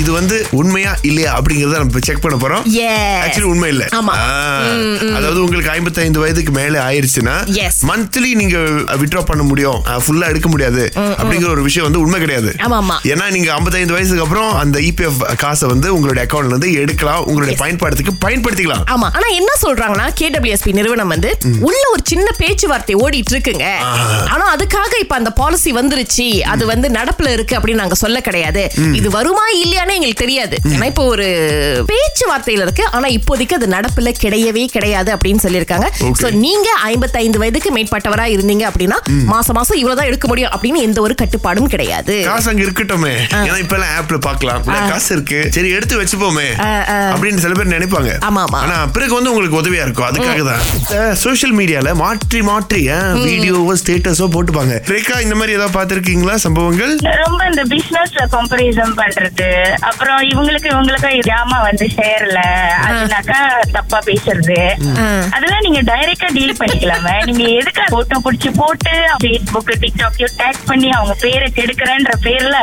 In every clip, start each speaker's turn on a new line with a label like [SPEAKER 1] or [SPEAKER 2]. [SPEAKER 1] இது வந்து உண்மையா இல்லையா அப்படிங்கறத நம்ம செக் பண்ண போறோம்
[SPEAKER 2] Yes.
[SPEAKER 1] ஆக்சுவலி உண்மை இல்ல
[SPEAKER 2] ஆமா.
[SPEAKER 1] ஆ, அதாவது உங்களுக்கு 55 வயதுக்கு மேல ஆயிருச்சுன்னா
[SPEAKER 2] Yes.
[SPEAKER 1] மந்த்லி நீங்க வித்ட்ரா பண்ண முடியும் ஃபுல்லா எடுக்க முடியாது அப்படிங்கிற ஒரு விஷயம் வந்து உண்மை கிடையாது
[SPEAKER 2] ஆமா, ஆமா.
[SPEAKER 1] ஏன்னா நீங்க 55 வயசுக்கு அப்புறம் அந்த இபிஎஃப் காசை வந்து உங்களுடைய அக்கவுண்ட்ல இருந்து எடுக்கலாம் உங்களுடைய பயன்பாட்டுக்கு பயன்படுத்திக்கலாம்
[SPEAKER 2] ஆமா ஆனா என்ன சொல்றாங்கன்னா கேடபிள்யூஎஸ்பி நிறுவனம் வந்து உள்ள ஒரு சின்ன பேச்சுவார்த்தை ஓடிட்டு இருக்குங்க ஆனா அதுக்காக இப்ப அந்த பாலிசி வந்துருச்சு அது வந்து நடப்புல இருக்கு அப்படின்னு நாங்க சொல்ல கிடையாது இது வருமா இல்லையானே எங்களுக்கு தெரியாது ஏன்னா இப்போ ஒரு பேச்சுவார்த்தையில இருக்கு ஆனா இப்போதைக்கு அது நடப்புல கிடையவே கிடையாது அப்படின்னு சொல்லியிருக்காங்க
[SPEAKER 1] Okay.
[SPEAKER 2] சோ நீங்க 55 வயதுக்கு மேற்பட்டவரா இருந்தீங்க அப்படின்னா மாசம் மாசம் இவ்வளவுதான் எடுக்க முடியும் அப்படின்னு எந்த ஒரு கட்டுப்பாடும் கிடையாது
[SPEAKER 1] காசு அங்க இருக்கட்டுமே ஏன்னா இப்ப எல்லாம் ஆப்ல பாக்கலாம் இல்ல, காசு இருக்கு சரி எடுத்து வச்சுப்போமே
[SPEAKER 2] ஆ, ஆ.
[SPEAKER 1] அப்படின்னு சில பேர் நினைப்பாங்க
[SPEAKER 2] ஆமா, ஆமா.
[SPEAKER 1] ஆனா பிறகு வந்து உங்களுக்கு உதவியா இருக்கும் அதுக்காக தான் சோஷியல் மீடியால மாற்றி மாற்றி வீடியோவோ ஸ்டேட்டஸோ போட்டுப்பாங்க ரேகா இந்த மாதிரி ஏதாவது பார்த்திருக்கீங்களா சம்பவங்கள்
[SPEAKER 3] ரொம்ப இந்த பிசினஸ்ல கம்பரிசன் பண்றது அப்புறம் இவங்களுக்கு இவங்களுக்கும் ஜாமா வந்து சேரல அதுனாக்கா தப்பா பேசுறது அதெல்லாம் நீங்க டைரக்டா டீல் பண்ணிக்கலாமே நீங்க எதுக்கு போட்டோ புடிச்சு போட்டு பேஸ்புக் டிக்டாக் டேக் பண்ணி அவங்க பேரை கெடுக்கிறேன்ற பேர்ல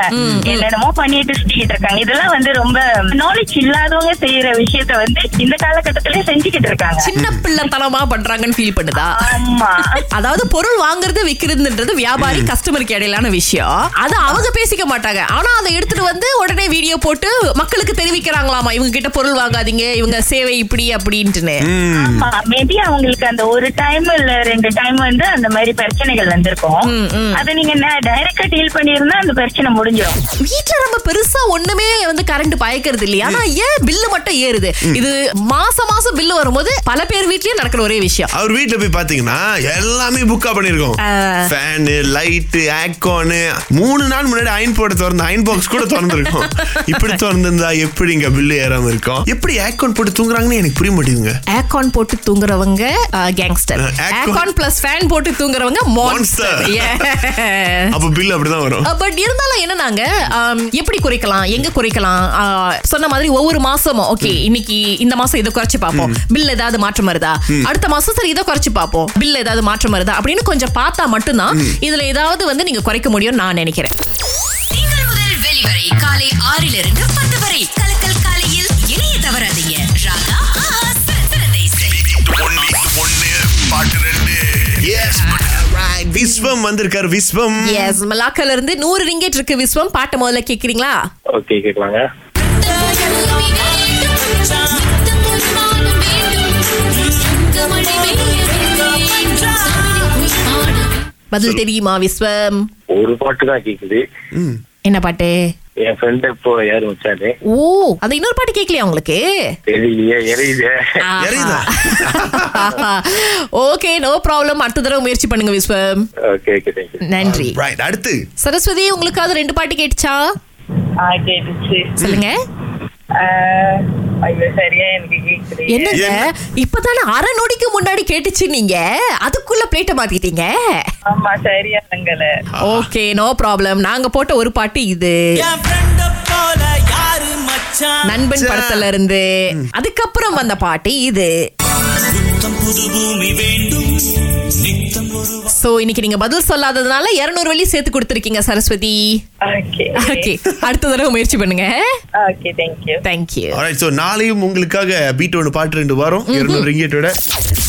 [SPEAKER 3] என்னென்னமோ பண்ணிட்டு சுத்திக்கிட்டு இருக்காங்க இதெல்லாம் வந்து ரொம்ப நாலேஜ் இல்லாதவங்க செய்யற விஷயத்த வந்து இந்த காலகட்டத்திலே செஞ்சுக்கிட்டு இருக்காங்க
[SPEAKER 2] சின்ன பிள்ளைத்தனமா பண்றாங்கன்னு ஃபீல் பண்ணுதா
[SPEAKER 3] ஆமா
[SPEAKER 2] அதாவது பொருள் வாங்குறது விக்கிறதுன்றது வியாபாரி கஸ்டமருக்கு இடையிலான விஷயம் அது அவங்க பேசிக்க மாட்டாங்க ஆனா அதை எடுத்துட்டு வந்து உடனே வீடியோ போட்டு மக்களுக்கு தெரிவிக்கிறாங்களாமா இவங்க கிட்ட பொருள் வாங்காதீங்க இவங்க சேவை இப்படி அப்படின்ட்டுன்னு
[SPEAKER 3] ஆமா மேபி அவங்களுக்கு அந்த ஒரு டைம் இல்ல ரெண்டு டைம் வந்து அந்த மாதிரி பிரச்சனைகள் வந்திருக்கும் அத நீங்க டைரக்டா டீல் பண்ணிருந்தா அந்த பிரச்சனை முடிஞ்சிடும்
[SPEAKER 2] வீட்டுல நம்ம பெருசா ஒண்ணுமே வந்து கரண்ட் பயக்கிறது இல்லையா ஆனா ஏன் பில்லு மட்டும் ஏறுது இது மாசம் மாசம் பில்லு வரும்போது பல பேர் வீட்லயும் நடக்கிற ஒரே விஷயம்
[SPEAKER 1] அவர் வீட்ல போய் பாத்தீங்கன்னா எல்லாமே புக்கா பண்ணிருக்கோம்
[SPEAKER 2] ஆ.
[SPEAKER 1] ஃபேனு லைட்டு ஏக்கானு மூணு நாள் முன்னாடி அயன் போட திறந்த அயன் பாக்ஸ் கூட திறந்துருக்கும் இப்படி திறந்திருந்தா எப்படி இங்க பில்லு ஏறாம இருக்கும் எப்படி ஏக்கான் போட்டு தூங்குறாங்கன்னு எனக்கு புரிய மாட்டேங்குங்க
[SPEAKER 2] ஏகான் போட்டு தூங்குறவங்க கேங்ஸ்டர்
[SPEAKER 1] Acorn-
[SPEAKER 2] ஏகான் பிளஸ் ஃபேன் போட்டு தூங்குறவங்க
[SPEAKER 1] Monster.
[SPEAKER 2] மான்ஸ்டர்
[SPEAKER 1] அப்ப பில் அப்படிதான் வரும்
[SPEAKER 2] பட் Uh, இருந்தாலும் என்ன நாங்க ஆம், எப்படி குறைக்கலாம் எங்க குறைக்கலாம் ஆ, சொன்ன மாதிரி ஒவ்வொரு மாசமும் ஓகே இன்னைக்கு இந்த மாசம் இதை குறைச்சு பார்ப்போம் பில் ஏதாவது மாற்றம் வருதா அடுத்த மாசம் சரி இதை குறைச்சு பார்ப்போம் பில் ஏதாவது மாற்றம் வருதா அப்படின்னு கொஞ்சம் பார்த்தா மட்டும்தான் இதுல ஏதாவது வந்து நீங்க குறைக்க முடியும்னு நான் நினைக்கிறேன்
[SPEAKER 4] திங்கள் முதல் வெளிவரை காலை ஆறிலிருந்து பத்து வரை கலக்கல் காலையில் இணைய தவறாதீங்க ராகா ஆஹா, சிறந்த இசை.
[SPEAKER 1] Yes, right. விஸ்வம் வந்திருக்காரு விஸ்வம்
[SPEAKER 2] எஸ் மலாக்கால இருந்து நூறு ரிங்கெட் இருக்கு விஸ்வம் பாட்டை முதல்ல கேக்குறீங்களா
[SPEAKER 5] ஓகே கேட்கலாங்க
[SPEAKER 2] பதில் தெரியுமா விஸ்வம்
[SPEAKER 5] ஒரு பாட்டு தான் கேக்குது
[SPEAKER 2] என்ன பாட்டு
[SPEAKER 5] என் ஃப்ரெண்ட் இப்போ யாரு வச்சாரு
[SPEAKER 2] ஓ அந்த இன்னொரு பாட்டு கேட்கலையா உங்களுக்கு
[SPEAKER 5] தெரியலையே எறையுதே
[SPEAKER 1] எரியுதா?
[SPEAKER 2] ஓகே நோ ப்ராப்ளம் அடுத்த தடவை முயற்சி பண்ணுங்க விஸ்வம்
[SPEAKER 5] ஓகே ஓகே தேங்க்யூ
[SPEAKER 2] நன்றி
[SPEAKER 1] Right, அடுத்து
[SPEAKER 2] சரஸ்வதி உங்களுக்காவது ரெண்டு பாட்டு கேட்டுச்சா
[SPEAKER 3] ஆ, கேட்டுச்சு
[SPEAKER 2] சொல்லுங்க
[SPEAKER 3] ஆ, ஐயோ சரியா எனக்கு கேக்குது
[SPEAKER 2] என்னங்க
[SPEAKER 1] என்ன?
[SPEAKER 2] இப்பதானே அரை நொடிக்கு முன்னாடி கேட்டுச்சு நீங்க அதுக்குள்ள பிளேட்டை மாத்திட்டீங்க
[SPEAKER 3] ஆமா சரியா தங்கல
[SPEAKER 2] ஓகே நோ ப்ராப்ளம் நாங்க போட்ட ஒரு பாட்டு இது
[SPEAKER 6] என் friend அ போல யாரு மச்சான்
[SPEAKER 2] நண்பன் படத்துல இருந்து அதுக்கப்புறம் வந்த பாட்டு இது
[SPEAKER 6] நித்தம் புது பூமி வேண்டும் நித்தம் ஒரு
[SPEAKER 2] சோ இன்னைக்கு நீங்க பதில் சொல்லாததுனால 200 வழி சேர்த்து கொடுத்துருக்கீங்க சரஸ்வதி
[SPEAKER 3] ஓகே
[SPEAKER 2] ஓகே அடுத்த தடவை முயற்சி பண்ணுங்க
[SPEAKER 3] okay thank you
[SPEAKER 2] thank you
[SPEAKER 1] Alright, so நாளையும் உங்களுக்காக பீட் ஒன்று பாட்டு ரெண்டு வரும் இருநூறு ரிங்கேட்டோட